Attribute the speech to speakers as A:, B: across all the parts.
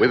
A: With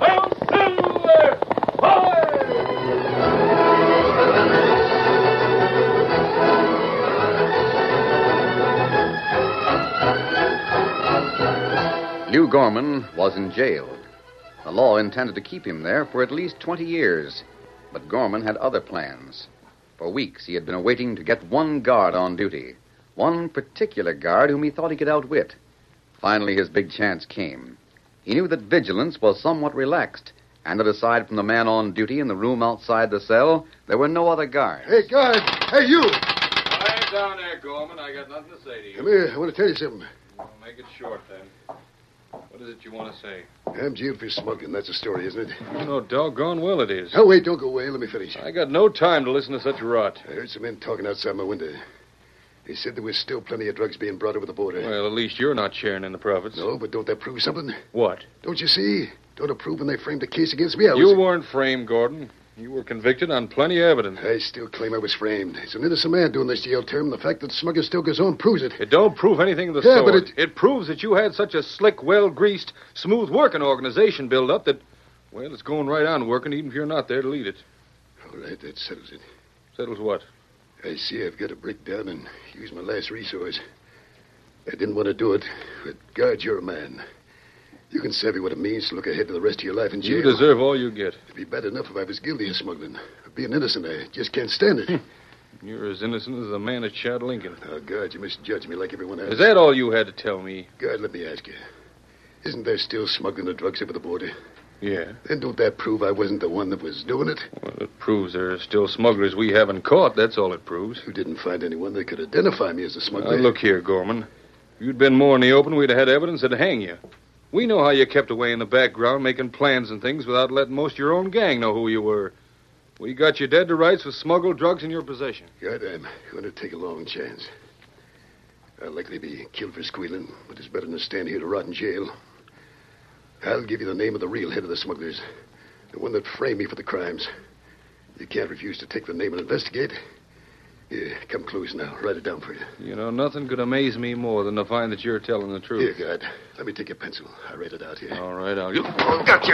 B: Oh, Silver! Hi!
A: Lou Gorman was in jail. The law intended to keep him there for at least 20 years, but Gorman had other plans. For weeks, he had been waiting to get one guard on duty, one particular guard whom he thought he could outwit. Finally, his big chance came. He knew that vigilance was somewhat relaxed, and that aside from the man on duty in the room outside the cell, there were no other guards.
C: Hey, guard. Hey, you.
D: Quiet down there, Gorman. I got nothing to say to you.
C: Come here. I want to tell you something.
D: Well, make it short, then. What is it you want to say?
C: I'm jailed for smoking. That's the story, isn't it?
D: No, doggone well it is.
C: Oh, wait. Don't go away. Let me finish.
D: I got no time to listen to such rot.
C: I heard some men talking outside my window. They said there was still plenty of drugs being brought over the border.
D: Well, at least you're not sharing in the profits.
C: No, but don't that prove something?
D: What?
C: Don't you see? Don't it prove when they framed the case against me? I
D: You
C: was...
D: weren't framed, Gordon. You were convicted on plenty of evidence.
C: I still claim I was framed. It's an innocent man doing this jail term, and the fact that smuggling still goes on proves it.
D: It don't prove anything of the
C: Yeah,
D: sort.
C: but
D: it proves that you had such a slick, well-greased, smooth-working organization built up that, well, it's going right on working even if you're not there to lead it.
C: All right, that settles it.
D: Settles what?
C: I see I've got to break down and use my last resource. I didn't want to do it, but God, you're a man. You can savvy what it means to look ahead to the rest of your life in jail.
D: You deserve all you get.
C: It'd be bad enough if I was guilty of smuggling. But being innocent, I just can't stand it.
D: Hmm. You're as innocent as the man at Shad Lincoln.
C: oh, God, you misjudge me like everyone else.
D: Is that all you had to tell me?
C: God, let me ask you. Isn't there still smuggling of drugs over the border?
D: Yeah.
C: Then don't that prove I wasn't the one that was doing it?
D: Well, it proves there are still smugglers we haven't caught. That's all it proves.
C: You didn't find anyone that could identify me as a
D: Now,
C: smuggler.
D: Uh, look here, Gorman. If you'd been more in the open, we'd have had evidence that'd hang you. We know how you kept away in the background, making plans and things without letting most of your own gang know who you were. We got you dead to rights with smuggled drugs in your possession.
C: God, I'm going to take a long chance. I'll likely be killed for squealing, but it's better than to stand here to rot in jail. I'll give you the name of the real head of the smugglers, the one that framed me for the crimes. You can't refuse to take the name and investigate. Here, come close now. Write it down for you.
D: You know, nothing could amaze me more than to find that you're telling the
C: Here,
D: truth.
C: God. Let me take your pencil. I read it out here.
D: All right, I'll. Get...
C: Gotcha.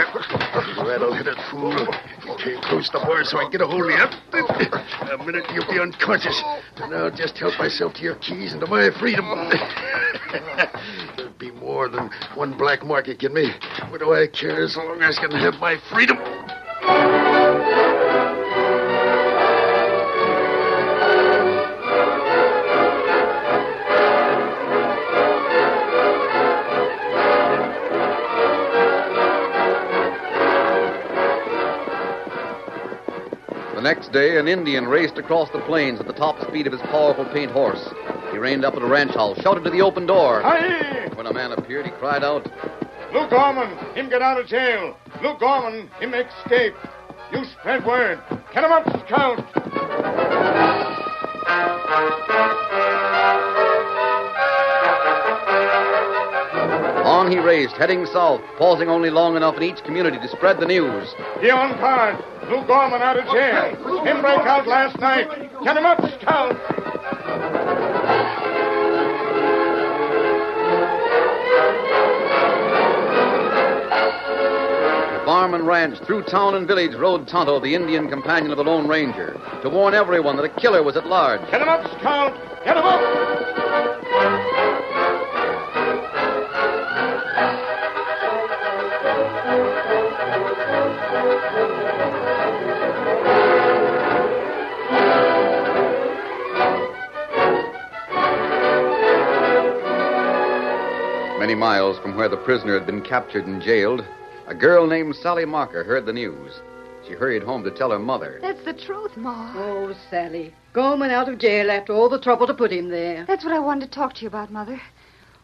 C: You rattle-headed fool. If you came close the more so I get a hold of you. In a minute, you'll be unconscious. And I'll just help myself to your keys and to my freedom. There'll be more than one black market in me. What do I care as long as I can have my freedom?
A: The next day, an Indian raced across the plains at the top speed of his powerful paint horse. He reined up at a ranch house, shouted to the open door.
E: Aye!
A: When a man appeared, he cried out,
E: Luke Gorman, him get out of jail. Luke Gorman, him make escape. You spread word. Get him up, scout.
A: On he raced, heading south, pausing only long enough in each community to spread the news.
E: He on guard. Luke Gorman out of jail. Him break out last night. Get him up, scout.
A: Farm and ranch, through town and village, rode Tonto, the Indian companion of the Lone Ranger, to warn everyone that a killer was at large.
E: Get him up, scout. Get him up.
A: Many miles from where the prisoner had been captured and jailed, a girl named Sally Marker heard the news. She hurried home to tell her mother.
F: That's the truth, Ma.
G: Oh, Sally. Gorman out of jail after all the trouble to put him there.
F: That's what I wanted to talk to you about, Mother.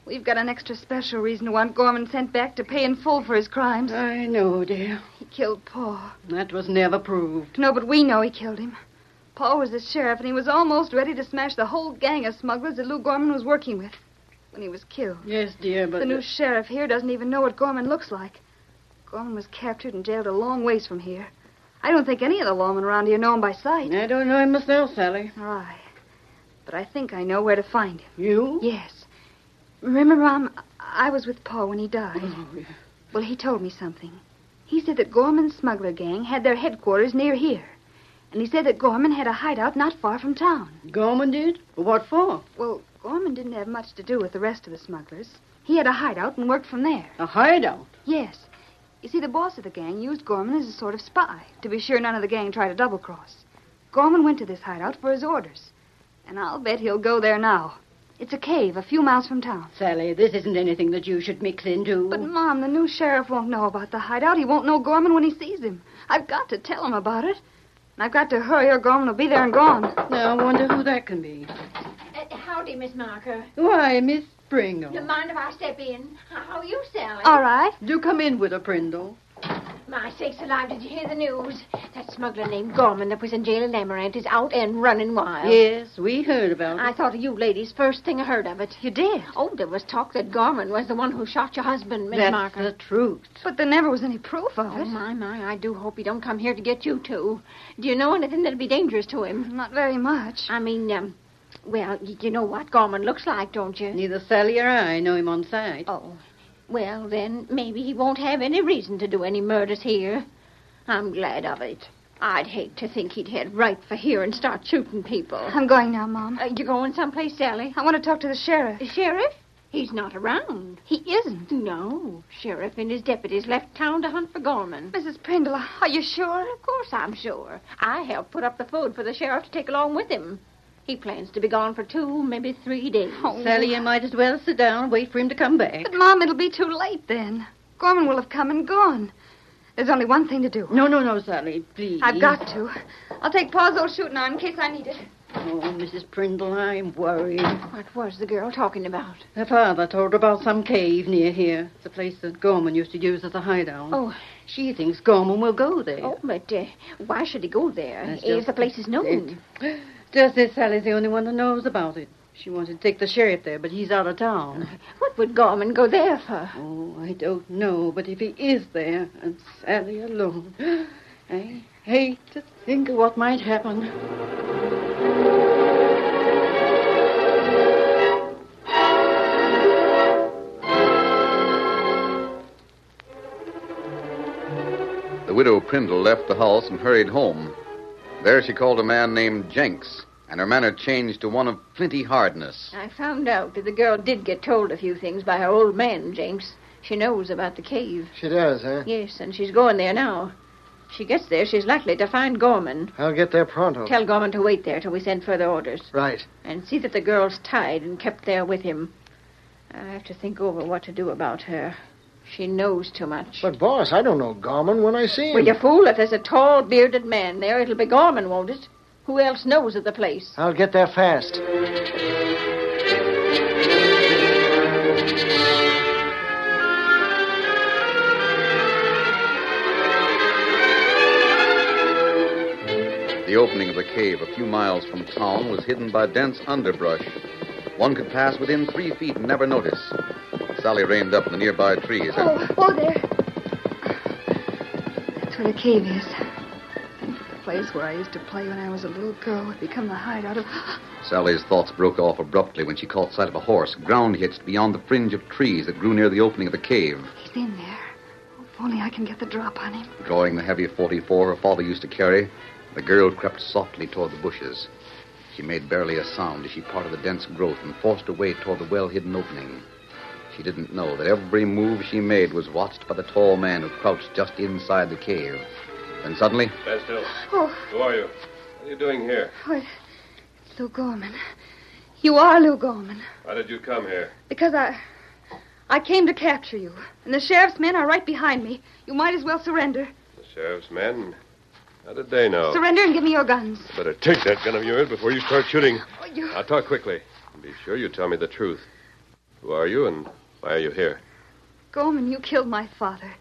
F: We've got an extra special reason to want Gorman sent back to pay in full for his crimes.
G: I know, dear.
F: He killed Paul.
G: That was never proved.
F: No, but we know he killed him. Paul was the sheriff, and he was almost ready to smash the whole gang of smugglers that Lou Gorman was working with when he was killed.
G: Yes, dear, but.
F: the new sheriff here doesn't even know what Gorman looks like. Gorman was captured and jailed a long ways from here. I don't think any of the lawmen around here know him by sight.
G: I don't know him myself, Sally.
F: Nor I. But I think I know where to find him.
G: You?
F: Yes. Remember, Mom, I was with Paul when he died.
G: Oh, yeah.
F: Well, he told me something. He said that Gorman's smuggler gang had their headquarters near here. And he said that Gorman had a hideout not far from town.
G: Gorman did? What for?
F: Well, Gorman didn't have much to do with the rest of the smugglers. He had a hideout and worked from there.
G: A hideout.
F: Yes. You see, the boss of the gang used Gorman as a sort of spy to be sure none of the gang tried to double cross. Gorman went to this hideout for his orders. And I'll bet he'll go there now. It's a cave a few miles from town.
G: Sally, this isn't anything that you should mix into.
F: But, Mom, the new sheriff won't know about the hideout. He won't know Gorman when he sees him. I've got to tell him about it. And I've got to hurry or Gorman will be there and gone.
G: Now, I wonder who that can be.
H: Uh, howdy, Miss Marker.
G: Why, Miss Pringle.
H: Don't mind if I step in? How are you, Sally?
F: All right.
G: Do come in with her, Prindle.
H: My sakes alive, did you hear the news? That smuggler named Gorman that was in jail in Amarant is out and running wild.
G: Yes, we heard about
H: I
G: it.
H: thought of you ladies first thing I heard of it. You did? Oh, there was talk that Gorman was the one who shot your husband, Miss
G: That's
H: Marker.
G: the truth.
F: But there never was any proof of
H: Oh,
F: it.
H: my, my, I do hope he don't come here to get you two. Do you know anything that'd be dangerous to him?
F: Not very much.
H: I mean, um, well, y- you know what Gorman looks like, don't you?
G: Neither Sally or I know him on sight.
H: Oh, well, then maybe he won't have any reason to do any murders here. I'm glad of it. I'd hate to think he'd head right for here and start shooting people.
F: I'm going now, Mom.
H: Uh, you going someplace, Sally?
F: I want to talk to the sheriff.
H: The sheriff? He's not around.
F: He isn't.
H: No, sheriff and his deputies left town to hunt for Gorman.
F: Mrs. Prindle, are you sure?
H: Of course, I'm sure. I helped put up the food for the sheriff to take along with him. He plans to be gone for two, maybe three days.
F: Oh.
G: Sally, you might as well sit down and wait for him to come back.
F: But, Mom, it'll be too late then. Gorman will have come and gone. There's only one thing to do.
G: No, no, no, Sally, please.
F: I've got to. I'll take Pa's old shooting arm in case I need it.
G: Oh, Mrs. Prindle, I'm worried.
H: What was the girl talking about?
G: Her father told her about some cave near here. It's a place that Gorman used to use as a hideout.
H: Oh.
G: She thinks Gorman will go there.
H: Oh, but uh, why should he go there
G: That's
H: if
G: just
H: the place is known?
G: It- Just this, Sally's the only one that knows about it. She wanted to take the sheriff there, but he's out of town.
H: What would Gorman go there for?
G: Oh, I don't know, but if he is there, and Sally alone, I hate to think of what might happen.
A: Prindle left the house and hurried home. There she called a man named Jenks, and her manner changed to one of flinty hardness.
H: I found out that the girl did get told a few things by her old man, Jenks. She knows about the cave.
I: She does, huh?
H: Yes, and she's going there now. If she gets there, she's likely to find Gorman.
I: I'll get there pronto.
H: Tell Gorman to wait there till we send further orders.
I: Right.
H: And see that the girl's tied and kept there with him. I have to think over what to do about her. She knows too much.
I: But, boss, I don't know Gorman when I see him.
H: Well, you fool, if there's a tall, bearded man there, it'll be Gorman, won't it? Who else knows of the place?
I: I'll get there fast.
A: The opening of the cave, a few miles from town, was hidden by dense underbrush. One could pass within three feet and never notice. Sally reined up in the nearby trees and.
F: Oh, oh, there. That's where the cave is. The place where I used to play when I was a little girl would become the hideout of.
A: Sally's thoughts broke off abruptly when she caught sight of a horse ground hitched beyond the fringe of trees that grew near the opening of the cave.
F: He's in there. If only I can get the drop on him.
A: Drawing the heavy 44 her father used to carry, the girl crept softly toward the bushes. She made barely a sound as she parted the dense growth and forced her way toward the well hidden opening. She didn't know that every move she made was watched by the tall man who crouched just inside the cave. Then suddenly,
J: Stand still.
F: Oh,
J: Who are you? What are you doing here?
F: oh it- it's Lou Gorman. You are Lou Gorman.
J: Why did you come here?
F: Because I. I came to capture you, and the sheriff's men are right behind me. You might as well surrender.
J: The sheriff's men. How did they know?
F: Surrender and give me your guns.
J: Better take that gun of yours before you start shooting.
F: Oh, you.
J: Now talk quickly. And Be sure you tell me the truth. Who are you and why are you here?
F: Gorman, you killed my father.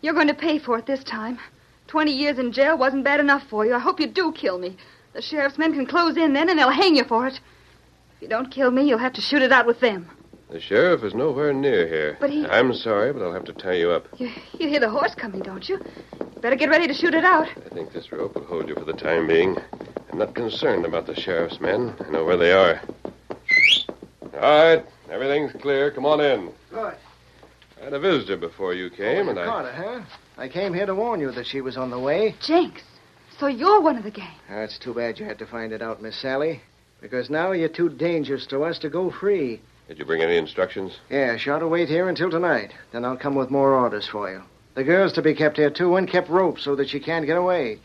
F: You're going to pay for it this time. Twenty years in jail wasn't bad enough for you. I hope you do kill me. The sheriff's men can close in then, and they'll hang you for it. If you don't kill me, you'll have to shoot it out with them.
J: The sheriff is nowhere near here.
F: But he-
J: I'm sorry, but I'll have to tie you up.
F: You, you hear the horse coming, don't you? You better get ready to shoot it out.
J: I think this rope will hold you for the time being. I'm not concerned about the sheriff's men. I know where they are. All right, everything's clear. Come on in.
I: Good.
J: I had a visitor before you came,
I: Oh,
J: and
I: you
J: I.
I: caught her, huh? I came here to warn you that she was on the way.
F: Jenks, so you're one of the gang.
I: Ah, it's too bad you had to find it out, Miss Sally. Because now you're too dangerous to us to go free.
J: Did you bring any instructions?
I: Yeah, she ought to wait here until tonight. Then I'll come with more orders for you. The girl's to be kept here, too, and kept roped so that she can't get away.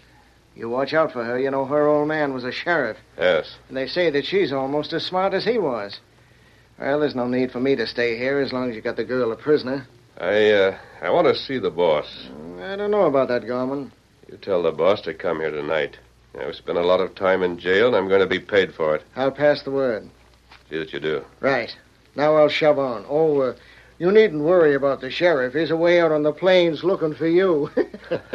I: You watch out for her. You know, her old man was a sheriff,
J: Yes.
I: and they say that she's almost as smart as he was. Well, there's no need for me to stay here as long as you got the girl a prisoner.
J: I uh, I want to see the boss.
I: I don't know about that, Gorman.
J: You tell the boss to come here tonight. I've spent a lot of time in jail, and I'm going to be paid for it.
I: I'll pass the word.
J: See that you do.
I: Right. Now I'll shove on. Oh, uh, you needn't worry about the sheriff. He's away out on the plains looking for you.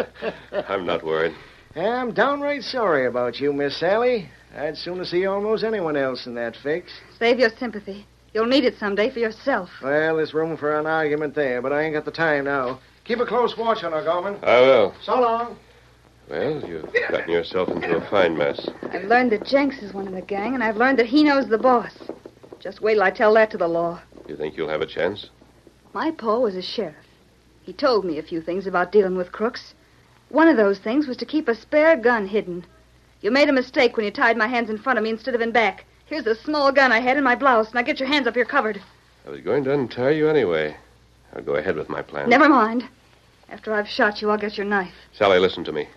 J: I'm not worried.
I: I'm downright sorry about you, Miss Sally. I'd sooner see almost anyone else in that fix.
F: Save your sympathy. You'll need it someday for yourself.
I: Well, there's room for an argument there, but I ain't got the time now. Keep a close watch on her, Gorman.
J: I will.
I: So long.
J: Ah, Well, you've gotten yourself into a fine mess.
F: I've learned that Jenks is one of the gang, and I've learned that he knows the boss. Just wait till I tell that to the law.
J: You think you'll have a chance?
F: My pa was a sheriff. He told me a few things about dealing with crooks. One of those things was to keep a spare gun hidden. You made a mistake when you tied my hands in front of me instead of in back. Here's a small gun I had in my blouse. Now get your hands up here covered.
J: I was going to untie you anyway. I'll go ahead with my plan.
F: Never mind. After I've shot you, I'll get your knife.
J: Sally, listen to me.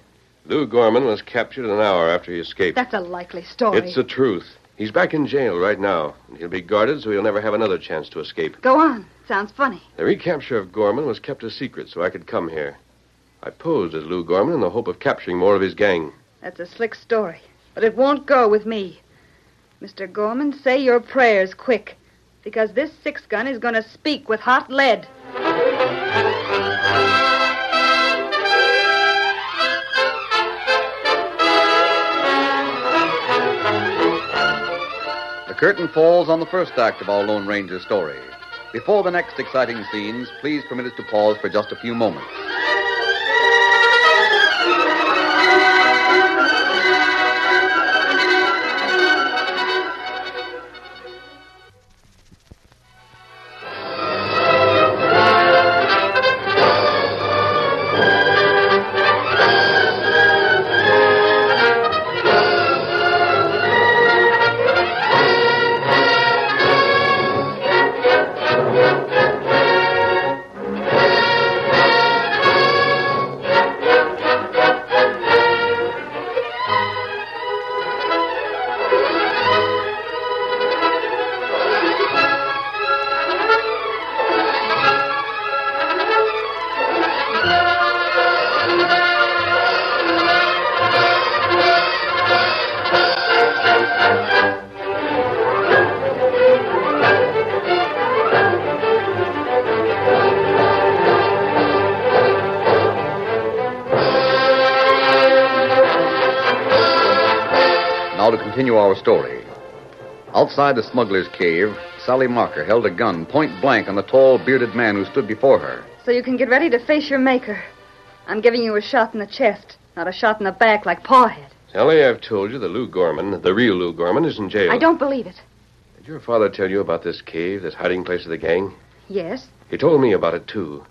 J: Lou Gorman was captured an hour after he escaped.
F: That's a likely story.
J: It's the truth. He's back in jail right now, and he'll be guarded so he'll never have another chance to escape.
F: Go on. Sounds funny.
J: The recapture of Gorman was kept a secret so I could come here. I posed as Lou Gorman in the hope of capturing more of his gang.
F: That's a slick story. But it won't go with me. Mr. Gorman, say your prayers quick. Because this six gun is going to speak with hot lead.
A: The curtain falls on the first act of our Lone Ranger story. Before the next exciting scenes, please permit us to pause for just a few moments. continue our story. Outside the smuggler's cave, Sally Marker held a gun point blank on the tall, bearded man who stood before her.
F: So you can get ready to face your maker. I'm giving you a shot in the chest, not a shot in the back like Pa had.
J: Sally, I've told you that Lou Gorman, the real Lou Gorman, is in jail.
F: I don't believe it.
J: Did your father tell you about this cave, this hiding place of the gang?
F: Yes?
J: He told me about it, too.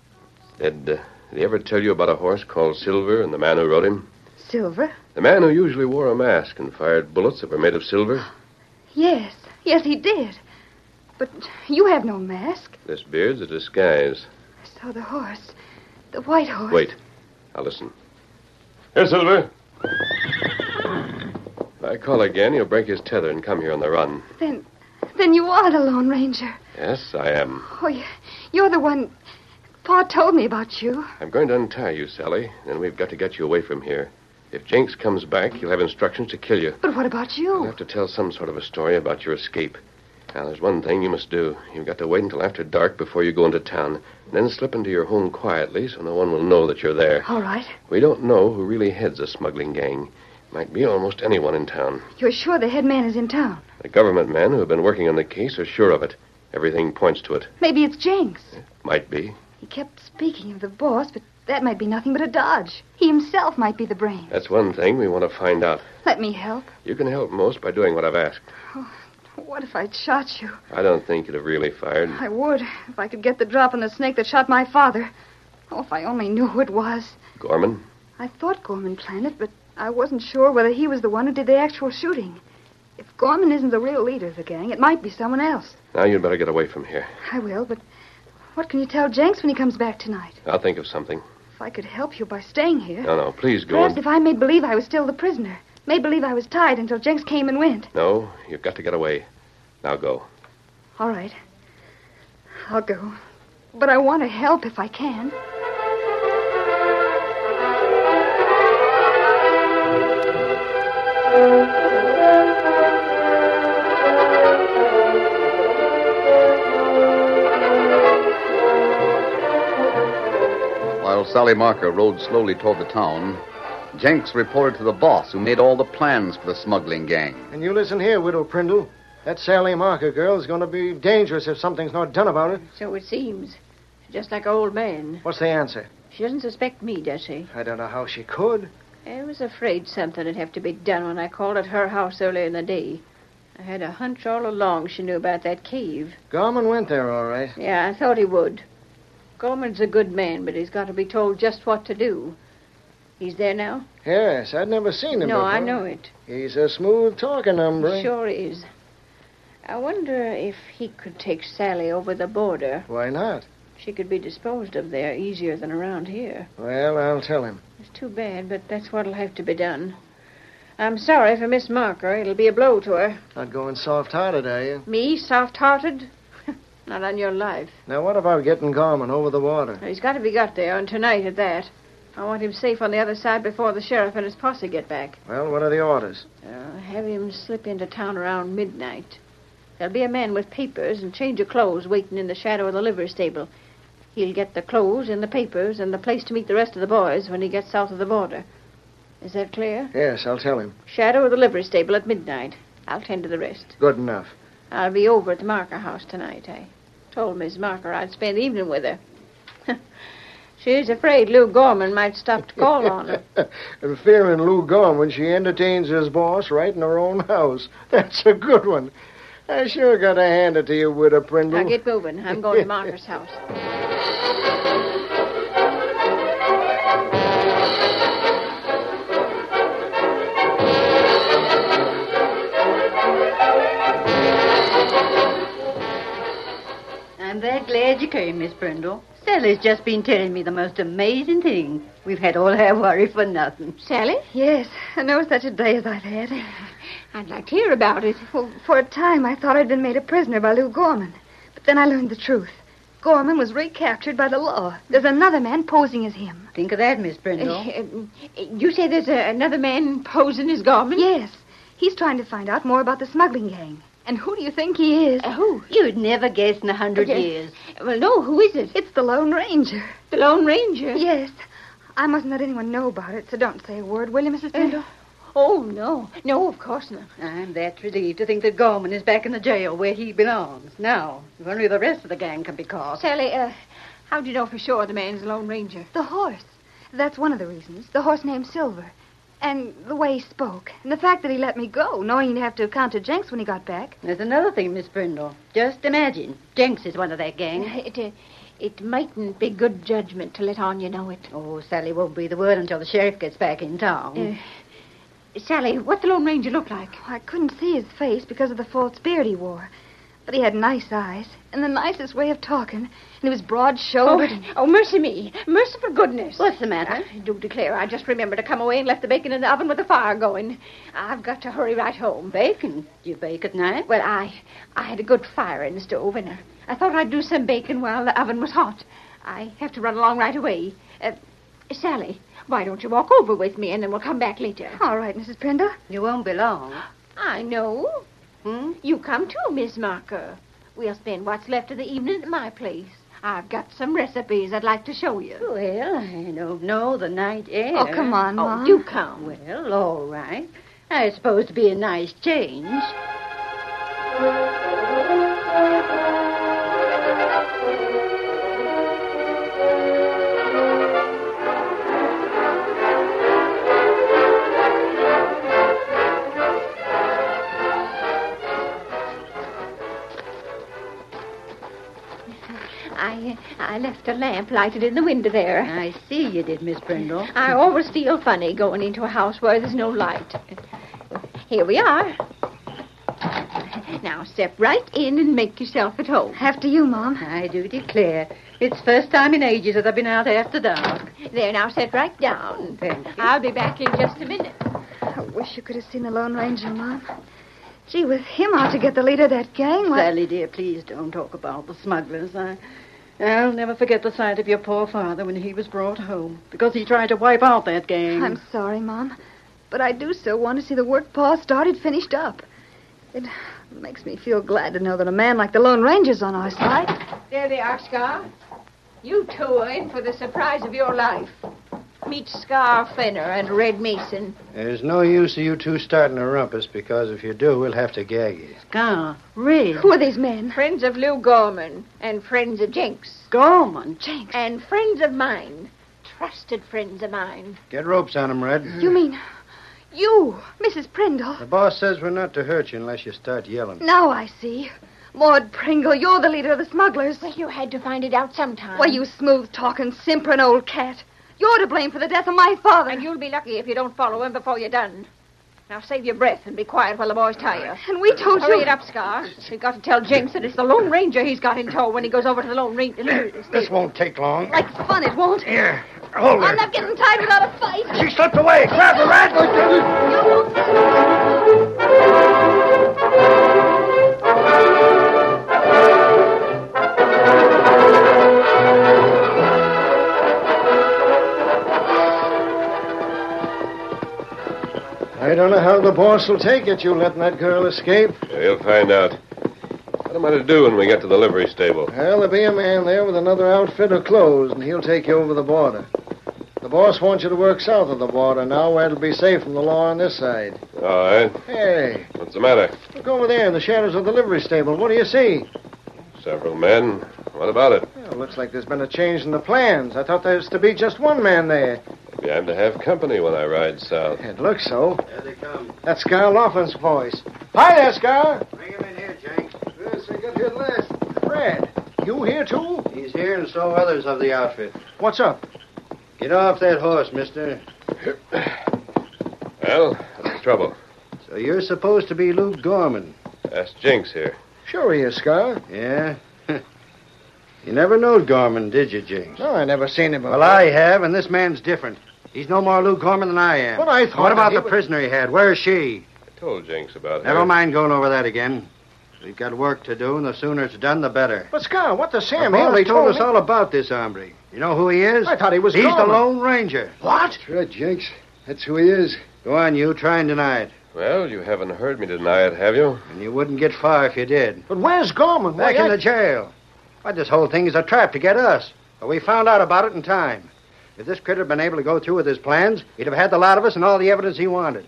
J: Did, uh, did he ever tell you about a horse called Silver and the man who rode him?
F: Silver?
J: The man who usually wore a mask and fired bullets that were made of silver?
F: Yes. Yes, he did. But you have no mask.
J: This beard's a disguise.
F: I saw the horse. The white horse.
J: Wait. Now listen. Here, Silver. If I call again, he'll break his tether and come here on the run.
F: Then, then you are the Lone Ranger.
J: Yes, I am.
F: Oh, you- you're the one. Pa told me about you.
J: I'm going to untie you, Sally, and we've got to get you away from here. If Jenks comes back, he'll have instructions to kill you.
F: But what about
J: You'll
F: you?
J: have to tell some sort of a story about your escape. Now, there's one thing you must do. You've got to wait until after dark before you go into town. Then slip into your home quietly so no one will know that you're there.
F: All right.
J: We don't know who really heads the smuggling gang. Might be almost anyone in town.
F: You're sure the head man is in town.
J: The government men who have been working on the case are sure of it. Everything points to it.
F: Maybe it's Jenks.
J: Might be.
F: He kept speaking of the boss, but that might be nothing but a dodge. He himself might be the brain.
J: That's one thing we want to find out.
F: Let me help.
J: You can help most by doing what I've asked.
F: What if I'd shot you?
J: I don't think you'd have really fired.
F: I would, if I could get the drop on the snake that shot my father. Oh, if I only knew who it was.
J: Gorman,
F: I thought Gorman planned it, but I wasn't sure whether he was the one who did the actual shooting. If Gorman isn't the real leader of the gang, it might be someone else.
J: now you'd better get away from here.
F: I will, but what can you tell Jenks when he comes back tonight?
J: I'll think of something.
F: If I could help you by staying here.
J: No, no, please go.
F: Perhaps
J: and-
F: if I made believe I was still the prisoner, made believe I was tied until Jenks came and went.
J: No, you've got to get away. Now go.
F: All right. I'll go. But I want to help if I can.
A: While Sally Marker rode slowly toward the town, Jenks reported to the boss who made all the plans for the smuggling gang.
I: And you listen here, Widow Prindle. That Sally Marker girl is going to be dangerous if something's not done about it.
H: So it seems. Just like old man.
I: What's the answer?
H: She doesn't suspect me, does she?
I: I don't know how she could.
H: I was afraid something would have to be done when I called at her house earlier in the day. I had a hunch all along she knew about that cave.
I: Gorman went there, all right.
H: Yeah, I thought he would. Gorman's a good man, but he's got to be told just what to do. He's there now?
I: Yes, I'd never seen him
H: no,
I: before.
H: I know it.
I: He's a smooth talking hombre.
H: He sure is. I wonder if he could take Sally over the border.
I: Why not?
H: She could be disposed of there easier than around here.
I: Well, I'll tell him.
H: It's too bad, but that's what'll have to be done. I'm sorry for Miss Marker. It'll be a blow to her.
I: Not going soft-hearted, are you?
H: Me, soft hearted? Not on your life.
I: Now, what about getting Gorman over the water?
H: He's got to be got there, and tonight at that. I want him safe on the other side before the sheriff and his posse get back.
I: Well, what are the orders?
H: Uh, have him slip into town around midnight. There'll be a man with papers and change of clothes waiting in the shadow of the livery stable. He'll get the clothes and the papers and the place to meet the rest of the boys when he gets south of the border. Is that clear?
I: Yes, I'll tell him.
H: Shadow of the livery stable at midnight. I'll tend to the rest.
I: Good enough.
H: I'll be over at the Marker house tonight. I told Miss Marker I'd spend the evening with her. She's afraid Lou Gorman might stop to call on her.
I: And fearing Lou Gorman, she entertains his boss right in her own house. That's a good one. I sure got to hand it to you, Widow Prindle.
H: Now get moving. I'm going to Marker's house.
K: I'm very glad you came, Miss Brindle. Sally's just been telling me the most amazing thing. We've had all our worry for nothing.
H: Sally?
F: Yes, I know such a day as I've had.
H: I'd like to hear about it.
F: Well, for a time I thought I'd been made a prisoner by Lou Gorman. But then I learned the truth. Gorman was recaptured by the law. There's another man posing as him.
K: Think of that, Miss
H: Brindle. Uh, You say there's a, another man posing as Gorman?
F: Yes. He's trying to find out more about the smuggling gang. And who do you think he is?
H: Uh, who?
K: You'd never guess in a hundred
F: Okay.
K: years.
H: Well, no, who is it?
F: It's the Lone Ranger.
H: The Lone Ranger? Uh,
F: Yes. I mustn't let anyone know about it, so don't say a word, will you, Mrs. Pendle?
K: Oh, no. No, of course not.
G: I'm that relieved to think that Gorman is back in the jail where he belongs now. If only the rest of the gang can be caught.
H: Sally, uh, how do you know for sure the man's a Lone Ranger?
F: The horse. That's one of the reasons. The horse named Silver. And the way he spoke. And the fact that he let me go, knowing he'd have to account to Jenks when he got back.
G: There's another thing, Miss Brindle. Just imagine. Jenks is one of that gang.
H: It, uh, it mightn't be good judgment to let on you know it.
G: Oh, Sally won't breathe a word until the sheriff gets back in town.
H: Uh, Sally, what the Lone Ranger look like?
F: Oh, I couldn't see his face because of the false beard he wore. But he had nice eyes and the nicest way of talking. And he was broad shouldered.
H: Oh, oh, mercy me. Merciful goodness.
G: What's the matter?
H: I do declare I just remembered to come away and left the bacon in the oven with the fire going. I've got to hurry right home.
G: Bacon? Do you bake at night?
H: Well, I I had a good fire in the stove, and I thought I'd do some bacon while the oven was hot. I have to run along right away. Uh, Sally, why don't you walk over with me, and then we'll come back later?
F: All right, Mrs. Prindle.
G: You won't be long.
H: I know. Hmm? You come too, Miss Marker. We'll spend what's left of the evening at my place. I've got some recipes I'd like to show you.
G: Well, I don't know the night air.
F: Oh, come on,
G: oh,
F: Mom.
G: you come. Well, all right. I suppose to be a nice change.
H: I I left a lamp lighted in the window there.
G: I see you did, Miss Brindle.
H: I always feel funny going into a house where there's no light. Here we are. Now step right in and make yourself at home.
F: After you, Mom.
G: I do declare. It's first time in ages that I've been out after dark.
H: There, now sit right down.
G: Thank you.
H: I'll be back in just a minute.
F: I wish you could have seen the Lone Ranger, Mom. Gee, with him out to get the leader of that gang, what...
G: Sally, dear, please don't talk about the smugglers. I, I'll never forget the sight of your poor father when he was brought home because he tried to wipe out that gang.
F: I'm sorry, Mom, but I do so want to see the work Pa started finished up. It makes me feel glad to know that a man like the Lone Ranger's on our side.
H: There they are, Scar. You two are in for the surprise of your life. Meet Scar Fenner and Red Mason.
L: There's no use of you two starting a rumpus because if you do, we'll have to gag you.
G: Scar, Red.
F: Who are these men?
H: Friends of Lou Gorman and friends of Jenks.
G: Gorman, Jenks.
H: And friends of mine. Trusted friends of mine.
L: Get ropes on 'em, Red.
G: Hmm.
F: You mean you, Mrs. Prindle?
L: The boss says we're not to hurt you unless you start yelling.
F: Now I see. Maud Pringle, you're the leader of the smugglers.
H: Well, you had to find it out sometime.
F: Why, you smooth talking, simpering old cat. You're to blame for the death of my father.
H: And you'll be lucky if you don't follow him before Oh, you're done. Now save your breath and be quiet while the boys tie you.
F: And we told
H: Hurry
F: you.
H: it up, Scar. We've got to tell James that it's the Lone Ranger he's got in tow when he goes over to the Lone Ranger.
L: This won't take long.
F: Like fun, it won't.
L: Here, hold her.
F: I'm not getting tied without a fight.
L: She slipped away. Grab her, Red.
I: I don't know how the boss will take it, you letting that girl escape.
J: We'll find out. What am I to do when we get to the livery stable?
I: Well, there'll be a man there with another outfit of clothes, and he'll take you over the border. The boss wants you to work south of the border now, where it'll be safe from the law on this side.
J: All right.
I: Hey,
J: What's the matter?
I: look over there in the shadows of the livery stable. What do you see?
J: Several men. What about it?
I: Well, looks like there's been a change in the plans. I thought there was to be just one man there.
J: Maybe I'm to have company when I ride south.
I: It looks so.
L: Here they come.
I: That's Scar Laughlin's voice. Hi there, Scar.
L: Bring him in here, Jenks.
I: Yes, I got here last. Fred, you here too?
L: He's here and so others of the outfit.
I: What's up?
L: Get off that horse, mister.
J: Well, what's the trouble?
L: So you're supposed to be Luke Gorman.
J: Ask Jinx here.
I: Sure he is, Scar.
L: Yeah? you never knowed Gorman, did you, Jinx?
I: No, I never seen him before.
L: Well, I have, and this man's different. He's no more Luke Gorman than I am.
I: But I thought
L: What
I: that
L: about
I: he
L: the
I: was-
L: prisoner he had? Where is she?
J: I told Jinx about her.
L: Never mind going over that again. We've got work to do, and the sooner it's done, the better.
I: But Scar, what the Sam?
L: the
I: Hill,
L: boss
I: they
L: told us
I: me-
L: all about this hombre. You know who he is?
I: I thought he was
L: He's
I: Gorman.
L: the Lone Ranger.
I: What?
C: Right, Jenks. That's who he is.
L: Go on, you. Try and deny it.
J: Well, you haven't heard me deny it, have you?
L: And you wouldn't get far if you did.
I: But where's Gorman?
L: Back
I: Why,
L: in
I: I-
L: the jail. Why, this whole thing is a trap to get us. But we found out about it in time. If this critter had been able to go through with his plans, he'd have had the lot of us and all the evidence he wanted.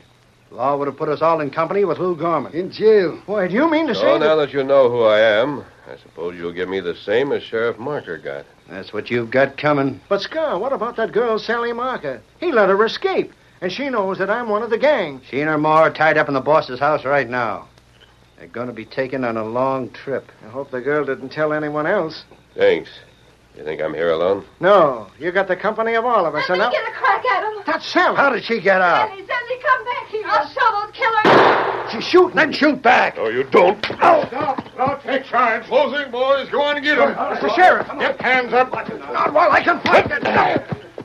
L: Law would have put us all in company with Lou Gorman.
I: In jail. Why, do you mean to say
J: So
I: that-
J: now that you know who I am, I suppose you'll give me the same as Sheriff Marker got.
L: That's what you've got coming.
I: But, Scar, what about that girl, Sally Marker? He let her escape, and she knows that I'm one of the gang.
L: She and her ma are tied up in the boss's house right now. They're going to be taken on a long trip.
I: I hope the girl didn't tell anyone else.
J: Thanks. You think I'm here alone?
I: No, you got the company of all of us, and now...
F: Get a crack at him.
I: That's Sal. How did she get out?
F: Sandy, Sandy, come back here. I'll show those killers.
I: She's shooting. Then shoot back.
J: No, you don't.
E: Stop! Now take charge. Closing, boys. Go on and get him.
I: It's the sheriff.
E: Get hands up.
I: Not while I can fight it.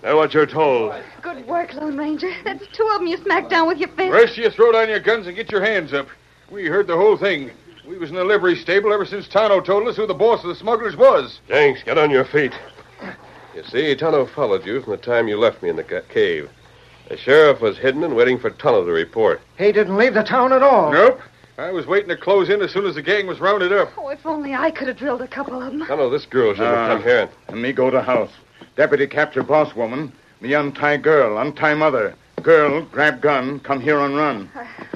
D: Now what you're told.
F: Good work, Lone Ranger. That's two of them you smacked down with your fist.
D: Rest of you throw down your guns and get your hands up. We heard the whole thing. We was in the livery stable ever since Tano told us who the boss of the smugglers was.
J: Thanks. Get on your feet. You see, Tonto followed you from the time you left me in the ca- cave. The sheriff was hidden and waiting for Tonto to report.
I: He didn't leave the town at all.
D: Nope. I was waiting to close in as soon as the gang was rounded up.
F: Oh, if only I could have drilled a couple of them.
J: Tonto, this girl shouldn't have
E: Ah.
J: come here.
E: And me go to house. Deputy capture boss woman. Me untie girl, untie mother. Girl, grab gun, come here and run.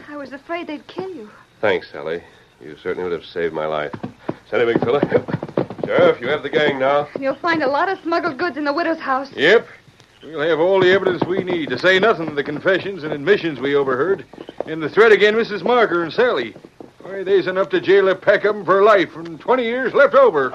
F: I was afraid they'd kill you.
J: Thanks, Sally. You certainly would have saved my life. Sally, big fella. Sheriff, you have the gang now.
F: And you'll find a lot of smuggled goods in the widow's house.
D: Yep. We'll have all the evidence we need, to say nothing of the confessions and admissions we overheard. And the threat again, Mrs. Marker and Sally. Why, they's enough to jail a pack of 'em for life and 20 years left over.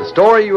A: The story you